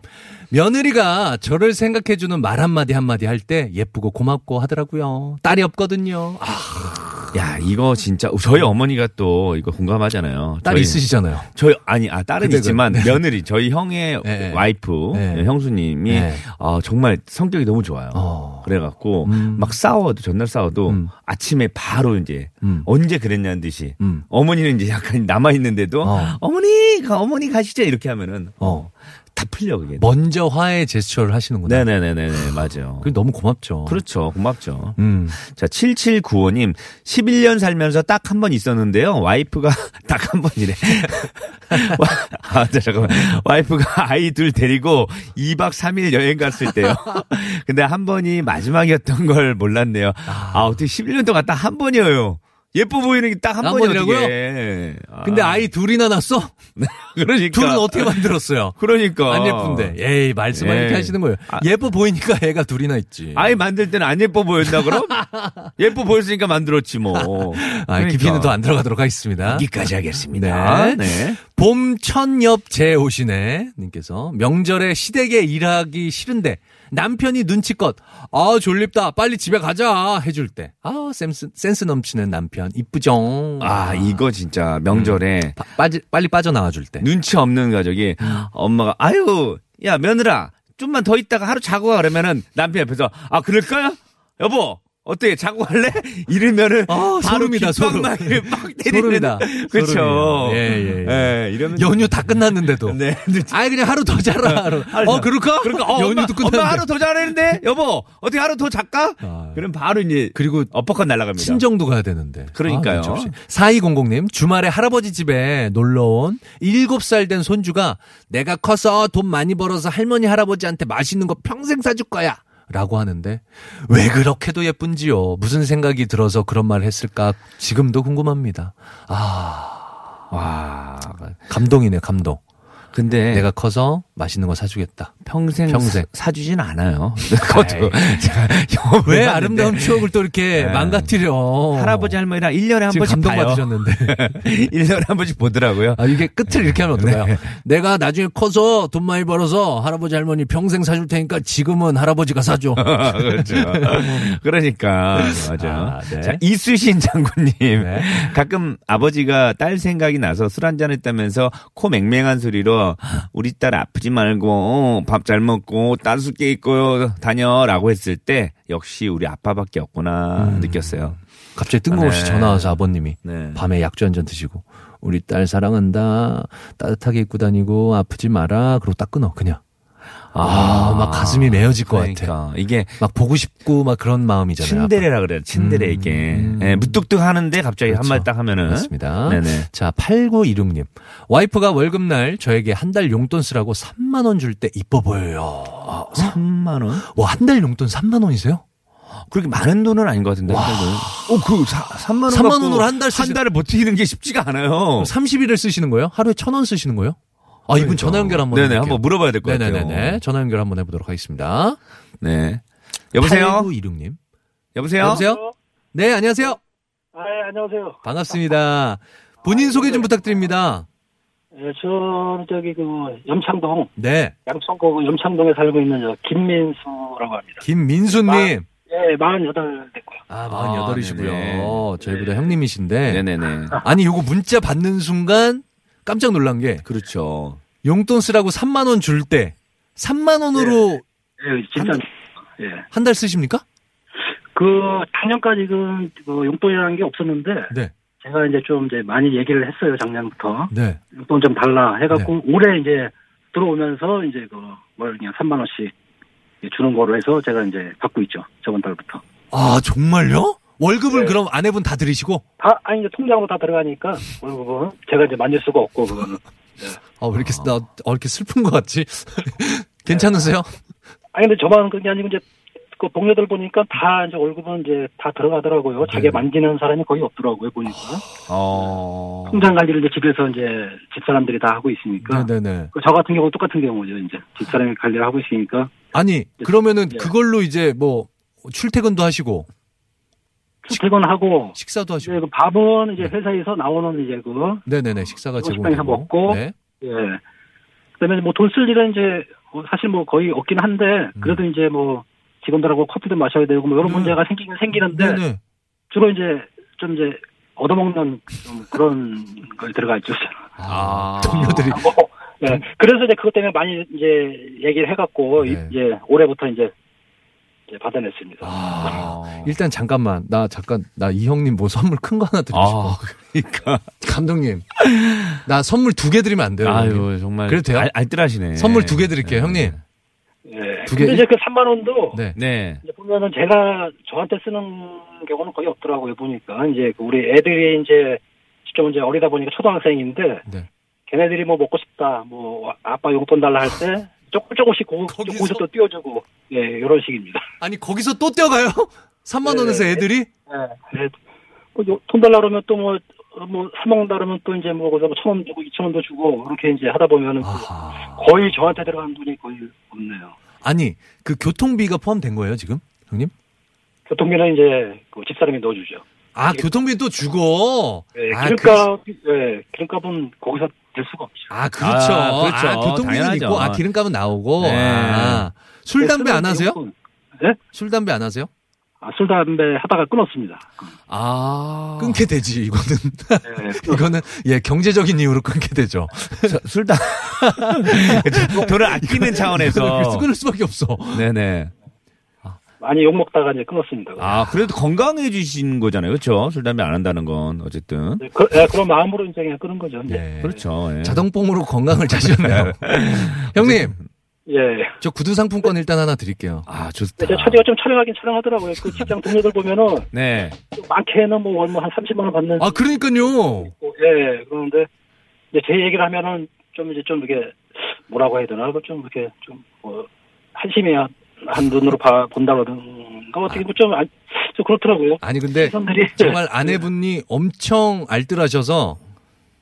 Speaker 2: 며느리가 저를 생각해주는 말 한마디 한마디 할 때 예쁘고 고맙고 하더라고요. 딸이 없거든요. 아,
Speaker 3: 야, 이거 진짜 저희 어머니가 또 이거 공감하잖아요.
Speaker 2: 딸
Speaker 3: 저희-
Speaker 2: 있으시잖아요.
Speaker 3: 저희 아니 아 딸은
Speaker 2: 근데 그-
Speaker 3: 있지만
Speaker 2: 네.
Speaker 3: 며느리 저희 형의
Speaker 2: 네, 네.
Speaker 3: 와이프
Speaker 2: 네.
Speaker 3: 형수님이
Speaker 2: 네.
Speaker 3: 어, 정말 성격이 너무 좋아요.
Speaker 2: 어.
Speaker 3: 그래갖고
Speaker 2: 음.
Speaker 3: 막 싸워도 전날 싸워도
Speaker 2: 음.
Speaker 3: 아침에 바로 이제
Speaker 2: 음.
Speaker 3: 언제 그랬냐는 듯이
Speaker 2: 음.
Speaker 3: 어머니는 이제 약간 남아 있는데도
Speaker 2: 어.
Speaker 3: 어. 머니 어머니 가시죠 이렇게 하면은
Speaker 2: 어. 뭐,
Speaker 3: 다 풀려 그게.
Speaker 2: 먼저 화해 제스처를 하시는구나.
Speaker 3: 네네네네 맞아요.
Speaker 2: 그게 너무 고맙죠.
Speaker 3: 그렇죠 고맙죠.
Speaker 2: 음.
Speaker 3: 자, 7795님. 11년 살면서 딱 한 번 있었는데요. 와이프가 딱 한 번이래. 와, 아, 자, 잠깐만. 와이프가 아이 둘 데리고 2박 3일 여행 갔을 때요. 근데 한 번이 마지막이었던 걸 몰랐네요. 아, 어떻게 11년 동안 딱 한 번이에요. 예뻐 보이는 게 딱 한
Speaker 2: 한
Speaker 3: 번이라고요?
Speaker 2: 번이라고요? 근데
Speaker 3: 아,
Speaker 2: 아이 둘이나 낳았어?
Speaker 3: 그러니까.
Speaker 2: 둘은 어떻게 만들었어요?
Speaker 3: 그러니까.
Speaker 2: 안 예쁜데. 에이, 말씀만
Speaker 3: 예.
Speaker 2: 이렇게 하시는 거예요.
Speaker 3: 아.
Speaker 2: 예뻐 보이니까 애가 둘이나 있지.
Speaker 3: 아이 만들 때는 안 예뻐 보였나 그럼? 예뻐 보였으니까 만들었지 뭐.
Speaker 2: 아, 깊이는 더 안 들어가도록 하겠습니다.
Speaker 3: 여기까지 하겠습니다.
Speaker 2: 네.
Speaker 3: 아, 네.
Speaker 2: 봄천엽 제오시네 님께서 명절에 시댁에 일하기 싫은데 남편이 눈치껏 아 졸립다 빨리 집에 가자 해줄 때 아 센스, 센스 넘치는 남편 이쁘정 아,
Speaker 3: 아, 이거 진짜 명절에
Speaker 2: 빠- 빠지, 빨리 빠져나와 줄 때
Speaker 3: 눈치 없는 가족이
Speaker 2: 음.
Speaker 3: 엄마가 아유, 야, 며느라, 좀만 더 있다가 하루 자고 가 그러면은 남편 옆에서 아, 그럴까? 여보, 어때? 자고 갈래? 이러면은
Speaker 2: 아,
Speaker 3: 바로
Speaker 2: 소름이다, 소름.
Speaker 3: 귓방망이를 빡 때리는
Speaker 2: 소름이다,
Speaker 3: 그렇죠.
Speaker 2: 소름이에요. 예,
Speaker 3: 예. 이러면
Speaker 2: 연휴 다 끝났는데도
Speaker 3: 네. 눈치-
Speaker 2: 아이 그냥 하루 더 자라 어 그럴까?
Speaker 3: 그러니까 어, 엄마,
Speaker 2: 연휴도 끝났는데
Speaker 3: 엄마 하루 더 자라는데 여보 어떻게 하루 더 잘까?
Speaker 2: 아.
Speaker 3: 그럼 바로 이제
Speaker 2: 그리고
Speaker 3: 엎어컷 날아갑니다.
Speaker 2: 친정도 가야 되는데.
Speaker 3: 그러니까요.
Speaker 2: 4200님, 주말에 할아버지 집에 놀러온 7살 된 손주가 내가 커서 돈 많이 벌어서 할머니 할아버지한테 맛있는 거 평생 사줄 거야. 라고 하는데 왜 그렇게도 예쁜지요. 무슨 생각이 들어서 그런 말을 했을까 지금도 궁금합니다.
Speaker 3: 와,
Speaker 2: 감동이네, 감동.
Speaker 3: 근데
Speaker 2: 내가 커서 맛있는 거 사주겠다.
Speaker 3: 평생,
Speaker 2: 평생. 예.
Speaker 3: 사- 사주진 않아요. 네, 그것도 제가 영업을
Speaker 2: 왜
Speaker 3: 해봤는데 네.
Speaker 2: 아름다운 추억을 또 이렇게 망가뜨려.
Speaker 3: 할아버지 할머니랑 1년에 한
Speaker 2: 지금
Speaker 3: 번씩
Speaker 2: 감동
Speaker 3: 봐요.
Speaker 2: 받으셨는데.
Speaker 3: 1년에 한 번씩 보더라고요.
Speaker 2: 아, 이게 끝을 이렇게 하면 어떨까요?
Speaker 3: 네.
Speaker 2: 내가 나중에 커서 돈 많이 벌어서 할아버지 할머니 평생 사줄 테니까 지금은 할아버지가 사줘.
Speaker 3: 그렇죠. 그러니까 맞아요.
Speaker 2: 아, 네.
Speaker 3: 자, 이수신 장군님
Speaker 2: 네.
Speaker 3: 가끔 아버지가 딸 생각이 나서 술 한잔 했다면서 코 맹맹한 소리로 우리 딸 아프지 말고 밥 잘 먹고 따숩게 있고 다녀라고 했을 때 역시 우리 아빠밖에 없구나
Speaker 2: 음.
Speaker 3: 느꼈어요.
Speaker 2: 갑자기 뜬금없이
Speaker 3: 네.
Speaker 2: 전화 와서 아버님이
Speaker 3: 네.
Speaker 2: 밤에 약주 한 잔 드시고 우리 딸 사랑한다. 따뜻하게 입고 다니고 아프지 마라. 그러고 딱 끊어 그냥. 아, 막 가슴이 메어질 것 같아.
Speaker 3: 그러니까 이게
Speaker 2: 막 보고 싶고 막 그런 마음이잖아요.
Speaker 3: 친데레라 그래요. 친데레 이게 예, 무뚝뚝 하는데 갑자기
Speaker 2: 그렇죠.
Speaker 3: 한마디 딱 하면은
Speaker 2: 맞습니다.
Speaker 3: 네네.
Speaker 2: 자, 8916님. 와이프가 월급날 저에게 한 달 용돈 쓰라고 3만원 줄 때 이뻐 보여요.
Speaker 3: 3만 어, 원.
Speaker 2: 와, 한 달 용돈
Speaker 3: 어.
Speaker 2: 3만원이세요?
Speaker 3: 그렇게 많은 돈은 아닌 것 같은데. 와. 어, 그 3만 원
Speaker 2: 3만
Speaker 3: 갖고
Speaker 2: 원으로 한달 쓰시-
Speaker 3: 한 달을 버티는 게 쉽지가 않아요.
Speaker 2: 30일을 쓰시는 거예요? 하루에 천 원 쓰시는 거예요? 아, 이분 전화 연결 한번
Speaker 3: 그러니까. 네네,
Speaker 2: 해볼게요.
Speaker 3: 한번 물어봐야 될 것 같아요.
Speaker 2: 네네네네. 전화 연결 한번 해보도록 하겠습니다.
Speaker 3: 네. 여보세요?
Speaker 2: 8926님.
Speaker 3: 여보세요?
Speaker 2: 여보세요? 네, 안녕하세요.
Speaker 6: 아, 예, 안녕하세요.
Speaker 2: 반갑습니다. 본인 소개 좀 부탁드립니다.
Speaker 6: 예, 저는 저기 그 염창동
Speaker 2: 네.
Speaker 6: 양천구 그 염창동에 살고 있는 저 김민수라고 합니다.
Speaker 2: 김민수님.
Speaker 6: 예, 48 됐고요.
Speaker 2: 아,
Speaker 3: 아, 네네.
Speaker 2: 48이시고요. 저희보다 형님이신데.
Speaker 3: 네네네.
Speaker 2: 아니, 요거 문자 받는 순간 깜짝 놀란 게
Speaker 3: 그렇죠.
Speaker 2: 용돈 쓰라고 3만원 줄 때, 3만원으로
Speaker 3: 네.
Speaker 6: 예, 진짜 예.
Speaker 2: 한 달 쓰십니까?
Speaker 6: 그 작년까지 그, 그 용돈이라는 게 없었는데
Speaker 2: 네.
Speaker 6: 제가 이제 좀 이제 많이 얘기를 했어요 작년부터
Speaker 2: 네.
Speaker 6: 용돈 좀 달라 해갖고 올해 이제 들어오면서 이제 그뭘 그냥 3만 원씩 주는 거로 해서 제가 이제 받고 있죠 저번 달부터
Speaker 2: 아, 정말요? 월급을
Speaker 6: 네.
Speaker 2: 그럼 아내분 다 드리시고?
Speaker 6: 다 아니 이제 통장으로 다 들어가니까 월급은 제가 이제 만질 수가 없고 그거는
Speaker 2: 아, 왜 이렇게, 나, 어, 이렇게 슬픈 것 같지? 괜찮으세요?
Speaker 6: 아니 근데 저만 그게 아니고 이제 그 동료들 보니까 다 이제 월급은 이제 다 들어가더라고요 자기
Speaker 2: 네.
Speaker 6: 만지는 사람이 거의 없더라고요 보니까
Speaker 2: 아.
Speaker 3: 어.
Speaker 6: 통장 관리를 이제 집에서 이제 집사람들이 다 하고 있으니까
Speaker 2: 네네네.
Speaker 6: 그 저 같은 경우 똑같은 경우죠 이제 집사람이 관리를 하고 있으니까
Speaker 2: 아니, 그러면은
Speaker 6: 네.
Speaker 2: 그걸로 이제 뭐, 출퇴근도 하시고,
Speaker 6: 출퇴근하고
Speaker 2: 식사도
Speaker 6: 이제
Speaker 2: 하시고.
Speaker 6: 그 밥은
Speaker 2: 네.
Speaker 6: 이제 회사에서 나오는 이제 그
Speaker 2: 네네네, 식사가
Speaker 6: 식당에서
Speaker 2: 제공되고.
Speaker 6: 먹고.
Speaker 2: 네.
Speaker 6: 예. 그다음에 뭐 돈 쓸 일은 이제 어, 사실 뭐 거의 없긴
Speaker 2: 음.
Speaker 6: 한데 그래도 이제 뭐 직원들하고 커피도 마셔야 되고 뭐 이런
Speaker 2: 네.
Speaker 6: 문제가 생기긴 생기는데
Speaker 2: 네네.
Speaker 6: 주로 이제 좀 이제 얻어먹는 좀 그런 거에 들어가 있죠.
Speaker 2: 아, 동료들이.
Speaker 6: 예. 그래서 이제 그것 때문에 많이 이제 얘기를 해갖고
Speaker 2: 네.
Speaker 6: 이제 올해부터 이제 이제 받아냈습니다.
Speaker 2: 아, 일단 잠깐만. 나 잠깐, 나 이 형님 뭐 선물 큰 거 하나 드리고
Speaker 3: 아,
Speaker 2: 싶어.
Speaker 3: 그러니까.
Speaker 2: 감독님. 나 선물 두 개 드리면 안 돼요. 형님?
Speaker 3: 네. 아유, 정말.
Speaker 2: 그래도 돼요?
Speaker 3: 알, 알뜰하시네.
Speaker 2: 선물 두 개 드릴게요, 형님.
Speaker 6: 예.
Speaker 2: 두 개-
Speaker 6: 근데 이제 그 3만 원도
Speaker 2: 네.
Speaker 3: 네.
Speaker 6: 이제 보면은 제가 저한테 쓰는 경우는 거의 없더라고요 보니까 이제 그 우리 애들이 이제 직접 이제 어리다 보니까 초등학생인데
Speaker 2: 네.
Speaker 6: 걔네들이 뭐 먹고 싶다 뭐 아빠 용돈 달라 할 때 조금 조금씩 고,
Speaker 2: 거기서?
Speaker 6: 거기서 또 띄워주고 예 이런 식입니다.
Speaker 2: 아니, 거기서 또 뛰어가요?
Speaker 6: 네,
Speaker 2: 3만원에서 애들이?
Speaker 6: 예. 예. 뭐 요- 돈 달라 그러면 또 뭐 뭐 사먹는다 그러면 또 이제 뭐 거기서 뭐천원 주고 이천 원도 주고 이렇게 이제 하다 보면은 또
Speaker 2: 아하.
Speaker 6: 거의 저한테 들어가는 돈이 거의 없네요.
Speaker 2: 아니, 그 교통비가 포함된 거예요, 지금? 형님?
Speaker 6: 교통비는 이제 그 집사람이 넣어주죠.
Speaker 2: 아, 교통비도 주고.
Speaker 6: 예,
Speaker 2: 아, 그,
Speaker 6: 기름값, 예, 기름값은 거기서 될 수가 없죠.
Speaker 2: 아, 그렇죠.
Speaker 3: 아, 그렇죠.
Speaker 2: 아, 교통비는
Speaker 3: 당연하죠.
Speaker 2: 있고, 아, 기름값은 나오고.
Speaker 3: 네.
Speaker 2: 아, 술,
Speaker 6: 예,
Speaker 2: 담배 안 하세요?
Speaker 6: 네?
Speaker 2: 술, 담배 안 하세요?
Speaker 6: 아, 술, 담배 하다가 끊었습니다.
Speaker 3: 아.
Speaker 2: 끊게 되지, 이거는.
Speaker 6: 예,
Speaker 2: 이거는, 예, 경제적인 이유로 끊게 되죠.
Speaker 3: 술다. 돈을 아끼는 차원에서.
Speaker 2: 끊을 수밖에 없어.
Speaker 3: 네네.
Speaker 6: 많이 욕먹다가 이제 끊었습니다.
Speaker 3: 아, 그래도 건강해지신 거잖아요. 그렇죠? 술, 담배 안 한다는 건, 어쨌든.
Speaker 6: 네, 그, 예, 그런 마음으로 이제 그냥 끊은 거죠. 이제.
Speaker 2: 네.
Speaker 3: 그렇죠. 예.
Speaker 2: 자동뽕으로 건강을 자셨네요. 형님,
Speaker 6: 예.
Speaker 2: 저 구두 상품권 일단 하나 드릴게요.
Speaker 3: 아,
Speaker 6: 근데
Speaker 3: 좋다.
Speaker 6: 제 차디가 좀 촬영하긴 촬영하더라고요. 그 직장 동료들 보면은
Speaker 3: 네.
Speaker 6: 좀 많게는 뭐 얼마 한 30만원 받는.
Speaker 2: 아, 그러니까요.
Speaker 6: 고 예, 그러는데 이제 제 얘기를 하면은 좀 이제 좀 이렇게 뭐라고 해야 되나? 좀 이렇게 좀 뭐, 한심해 한 눈으로 봐, 본다거든. 그 어떻게 좀, 안- 좀 그렇더라고요.
Speaker 2: 아니, 근데
Speaker 6: 시선들이.
Speaker 2: 정말 아내분이 엄청 알뜰하셔서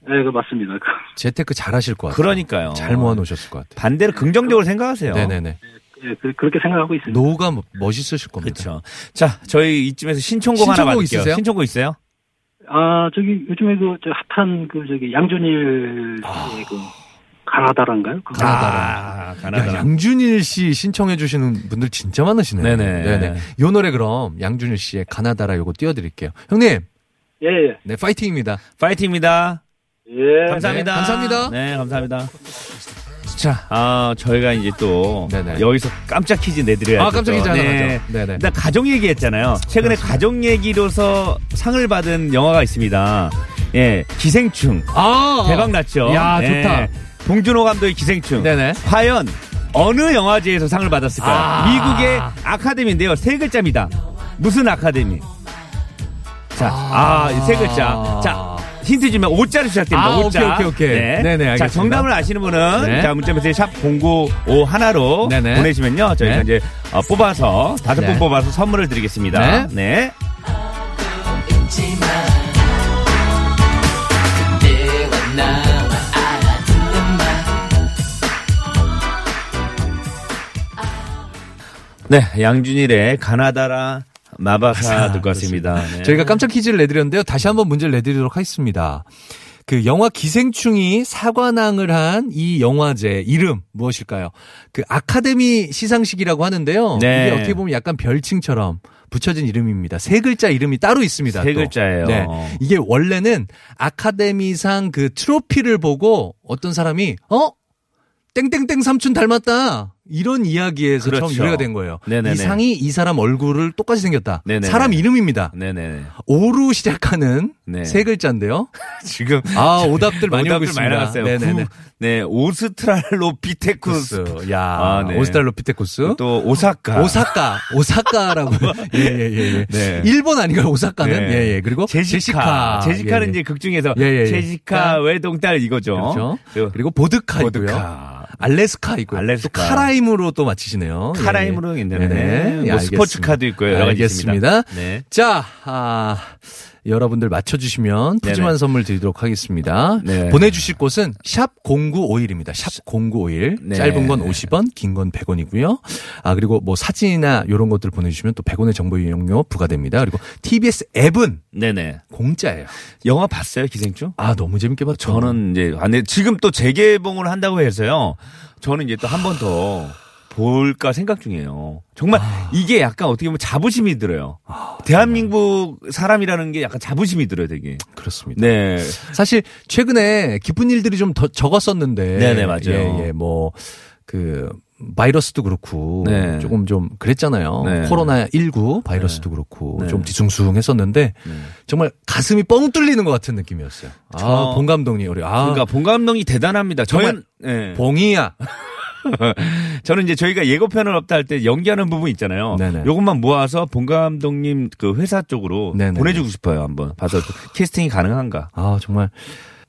Speaker 6: 네, 그 맞습니다. 그,
Speaker 2: 재테크 잘 하실 것 같아요.
Speaker 3: 그러니까요. 그렇죠.
Speaker 2: 잘 모아놓으셨을 것 같아요.
Speaker 3: 반대로 긍정적으로 생각하세요.
Speaker 2: 네네네.
Speaker 6: 예, 그, 그렇게 생각하고 있습니다.
Speaker 2: 노후가 뭐 멋- 멋있으실 겁니다.
Speaker 3: 그렇죠. 자, 저희 이쯤에서 신청곡, 하나
Speaker 2: 신청곡
Speaker 3: 받을게요.
Speaker 2: 있으세요?
Speaker 3: 신청곡 있어요?
Speaker 6: 아, 저기 요즘에 그, 저 핫한 그, 저기 양준일 씨의 그, 가나다란가요? 그
Speaker 3: 아, 가나다라.
Speaker 2: 아, 야,
Speaker 3: 가나다라.
Speaker 2: 양준일 씨 신청해 주시는 분들 진짜 많으시네요.
Speaker 3: 네네.
Speaker 2: 요 노래 그럼 양준일 씨의 가나다라 요거 띄워드릴게요. 형님,
Speaker 6: 예, 예.
Speaker 2: 네 파이팅입니다.
Speaker 3: 파이팅입니다.
Speaker 6: 예.
Speaker 3: 감사합니다.
Speaker 2: 네, 감사합니다.
Speaker 3: 네, 감사합니다.
Speaker 2: 자,
Speaker 3: 아, 저희가 이제 또
Speaker 2: 네네.
Speaker 3: 여기서 깜짝 퀴즈 내드려야죠.
Speaker 2: 아, 깜짝 퀴즈
Speaker 3: 또.
Speaker 2: 하나 가죠. 네네.
Speaker 3: 일단 가정 얘기했잖아요. 최근에 가정 얘기로서 상을 받은 영화가 있습니다. 예, 기생충
Speaker 2: 아
Speaker 3: 대박 났죠.
Speaker 2: 야,
Speaker 3: 예.
Speaker 2: 좋다.
Speaker 3: 봉준호 감독의 기생충.
Speaker 2: 네네.
Speaker 3: 과연 어느 영화제에서 상을 받았을까요?
Speaker 2: 아.
Speaker 3: 미국의 아카데미인데요. 세 글자입니다. 무슨 아카데미? 자,
Speaker 2: 아.
Speaker 3: 아, 이세 글자. 자, 힌트 주면 5자로 시작됩니다.
Speaker 2: 아,
Speaker 3: 5자.
Speaker 2: 오케이, 오케이, 오케이.
Speaker 3: 네.
Speaker 2: 네네, 알겠습니다.
Speaker 3: 자, 정답을 아시는 분은
Speaker 2: 네.
Speaker 3: 자, 문자 메시지 샵 095 하나로
Speaker 2: 네네.
Speaker 3: 보내시면요. 저희가
Speaker 2: 네.
Speaker 3: 이제 어, 뽑아서 다섯
Speaker 2: 네.
Speaker 3: 분 뽑아서 선물을
Speaker 2: 네.
Speaker 3: 드리겠습니다. 네. 네, 양준일의 가나다라 마바사 듣고 왔습니다. 네.
Speaker 2: 저희가 깜짝 퀴즈를 내드렸는데요. 다시 한번 문제를 내드리도록 하겠습니다. 그 영화 기생충이 사관왕을 한 이 영화제 이름 무엇일까요? 그 아카데미 시상식이라고 하는데요.
Speaker 3: 네.
Speaker 2: 이게 어떻게 보면 약간 별칭처럼 붙여진 이름입니다. 세 글자 이름이 따로 있습니다.
Speaker 3: 세
Speaker 2: 또.
Speaker 3: 글자예요.
Speaker 2: 네. 이게 원래는 아카데미상 그 트로피를 보고 어떤 사람이 어 땡땡땡 삼촌 닮았다 이런 이야기에서 처음
Speaker 3: 그렇죠.
Speaker 2: 유래가 된 거예요.
Speaker 3: 네네네.
Speaker 2: 이 상이 이 사람 얼굴을 똑같이 생겼다.
Speaker 3: 네네네.
Speaker 2: 사람 이름입니다.
Speaker 3: 네네.
Speaker 2: 오로 시작하는
Speaker 3: 네.
Speaker 2: 세 글자인데요.
Speaker 3: 지금
Speaker 2: 아 오답들 많이 오고
Speaker 3: 오답들
Speaker 2: 있습니다.
Speaker 3: 많이 나갔어요.
Speaker 2: 네네네.
Speaker 3: 구- 네, 오스트랄로피테쿠스.
Speaker 2: 코스. 야
Speaker 3: 아, 네.
Speaker 2: 오스탈로피테쿠스.
Speaker 3: 또 오사카.
Speaker 2: 오사카, 오사카라고. 예, 예, 예. 예.
Speaker 3: 네.
Speaker 2: 일본 아닌가요, 오사카는?
Speaker 3: 네.
Speaker 2: 예, 예. 그리고
Speaker 3: 제시카.
Speaker 2: 제시카.
Speaker 3: 제시카.
Speaker 2: 예,
Speaker 3: 는
Speaker 2: 예.
Speaker 3: 이제 극 중에서
Speaker 2: 예, 예, 예.
Speaker 3: 제시카 외동딸 이거죠.
Speaker 2: 그렇죠.
Speaker 3: 그
Speaker 2: 그리고 보드카 있고요.
Speaker 3: 보드카.
Speaker 2: 알래스카 있고. 요
Speaker 3: 알래스카.
Speaker 2: 또 카라임으로 또 맞히시네요. 예,
Speaker 3: 카라임으로
Speaker 2: 예.
Speaker 3: 괜찮네.
Speaker 2: 네네.
Speaker 3: 뭐
Speaker 2: 예, 알겠습니다.
Speaker 3: 스포츠카도 있고요. 여러 가지
Speaker 2: 알겠습니다.
Speaker 3: 있습니다. 네.
Speaker 2: 자, 아, 여러분들 맞춰주시면 푸짐한
Speaker 3: 네네.
Speaker 2: 선물 드리도록 하겠습니다.
Speaker 3: 네.
Speaker 2: 보내주실 곳은 샵 0951입니다. 샵 0951.
Speaker 3: 네.
Speaker 2: 짧은 건 50원, 긴 건 100원이고요. 아, 그리고 뭐 사진이나 이런 것들 보내주시면 또 100원의 정보 이용료 부과됩니다. 그리고 TBS 앱은
Speaker 3: 네네.
Speaker 2: 공짜예요.
Speaker 3: 영화 봤어요, 기생충?
Speaker 2: 아, 너무 재밌게 봤죠.
Speaker 3: 저는 이제 안 해. 지금 또 재개봉을 한다고 해서요. 저는 이제 또 한 번 더 볼까 생각 중이에요. 정말
Speaker 2: 아.
Speaker 3: 이게 약간 어떻게 보면 자부심이 들어요. 대한민국 사람이라는 게 약간 자부심이 들어요, 되게.
Speaker 2: 그렇습니다.
Speaker 3: 네.
Speaker 2: 사실 최근에 기쁜 일들이 좀 더 적었었는데.
Speaker 3: 네네, 맞아요.
Speaker 2: 예, 예, 뭐, 그, 바이러스도 그렇고
Speaker 3: 네.
Speaker 2: 조금 좀 그랬잖아요.
Speaker 3: 네.
Speaker 2: 코로나 19 바이러스도 그렇고
Speaker 3: 네.
Speaker 2: 좀 뒤숭숭했었는데 정말 가슴이 뻥 뚫리는 것 같은 느낌이었어요.
Speaker 3: 저-
Speaker 2: 아, 봉 감독님 우리 아,
Speaker 3: 그러니까 본 감독이 대단합니다. 저는
Speaker 2: 예.
Speaker 3: 네.
Speaker 2: 봉이야.
Speaker 3: 저는 이제 저희가 예고편을 업다 할 때 연기하는 부분 있잖아요.
Speaker 2: 네네.
Speaker 3: 요것만 모아서 본 감독님 그 회사 쪽으로
Speaker 2: 네네.
Speaker 3: 보내주고 싶어요. 한번 봐서 또 캐스팅이 가능한가.
Speaker 2: 아, 정말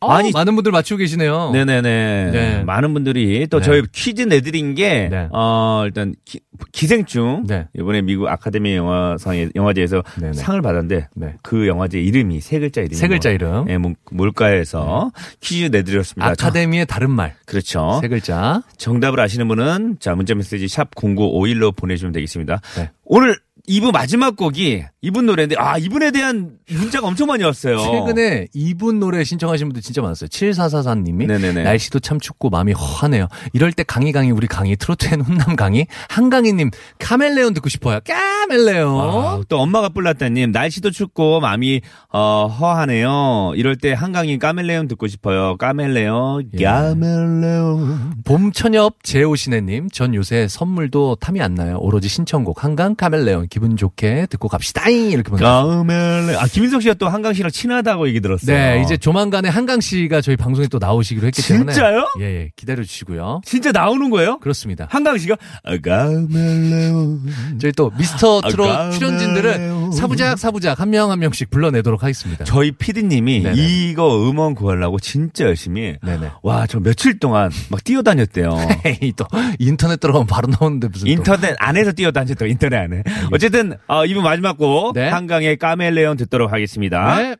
Speaker 3: 아니-
Speaker 2: 아니 많은 분들 맞추고 계시네요.
Speaker 3: 네네네.
Speaker 2: 어. 네.
Speaker 3: 많은 분들이 또
Speaker 2: 네.
Speaker 3: 저희 퀴즈 내드린 게,
Speaker 2: 네.
Speaker 3: 어, 일단 기, 생충
Speaker 2: 네.
Speaker 3: 이번에 미국 아카데미 영화상에, 영화제에서
Speaker 2: 네네.
Speaker 3: 상을 받았는데,
Speaker 2: 네.
Speaker 3: 그 영화제 이름이 세 글자 이름이.
Speaker 2: 세 글자 이름. 네.
Speaker 3: 예, 뭐- 뭘까 해서 퀴즈 내드렸습니다.
Speaker 2: 아카데미의 다른 말.
Speaker 3: 저- 그렇죠.
Speaker 2: 세 글자.
Speaker 3: 정답을 아시는 분은 자 문자 메시지 샵 0951로 보내주시면 되겠습니다.
Speaker 2: 네.
Speaker 3: 오늘 이부 마지막 곡이 이분 노래인데 아 이분에 대한 문자가 엄청 많이 왔어요.
Speaker 2: 최근에 이분 노래 신청하신 분들 진짜 많았어요. 7444님이
Speaker 3: 네네네.
Speaker 2: 날씨도 참 춥고 마음이 허하네요. 이럴 때 강희 강희 우리 강희 트로트엔 훈남 강희 한강희님 카멜레온 듣고 싶어요.
Speaker 3: 아,
Speaker 2: 카멜레온.
Speaker 3: 또 엄마가 뿔났다님 날씨도 춥고 마음이 어, 허하네요. 이럴 때 한강인 까멜레온 듣고 싶어요. 까멜레온, 까멜레온.
Speaker 2: 봄천엽 제오신혜님 전 요새 선물도 탐이 안 나요. 오로지 신청곡 한강 카멜레온 기분 좋게 듣고 갑시다잉 이렇게 보내.
Speaker 3: 까멜레. 아 김인석 씨가 또 한강 씨랑 친하다고 얘기 들었어요.
Speaker 2: 네, 이제 조만간에 한강 씨가 저희 방송에 또 나오시기로 했기 때문에
Speaker 3: 진짜요?
Speaker 2: 예, 예 기다려 주시고요.
Speaker 3: 진짜 나오는 거예요?
Speaker 2: 그렇습니다.
Speaker 3: 한강 씨가 아, 까멜레온.
Speaker 2: 음. 저희 또 미스터
Speaker 3: 아,
Speaker 2: 트롯
Speaker 3: 까멜레온.
Speaker 2: 출연진들은 사부작 사부작 한 명 한 명씩 불러내도록 하겠습니다.
Speaker 3: 저희 피디님이
Speaker 2: 네네.
Speaker 3: 이거 음원 구하려고 진짜 열심히
Speaker 2: 네네. 네,
Speaker 3: 와 저 며칠 동안 막 뛰어다녔대요.
Speaker 2: 에이 또 인터넷 들어가면 바로 나오는데 무슨 또.
Speaker 3: 인터넷 안에서 뛰어다녔대요. 인터넷 안에. 어쨌든 어, 이분 마지막 곡
Speaker 2: 네.
Speaker 3: 한강의 까멜레온 듣도록 하겠습니다.
Speaker 2: 네.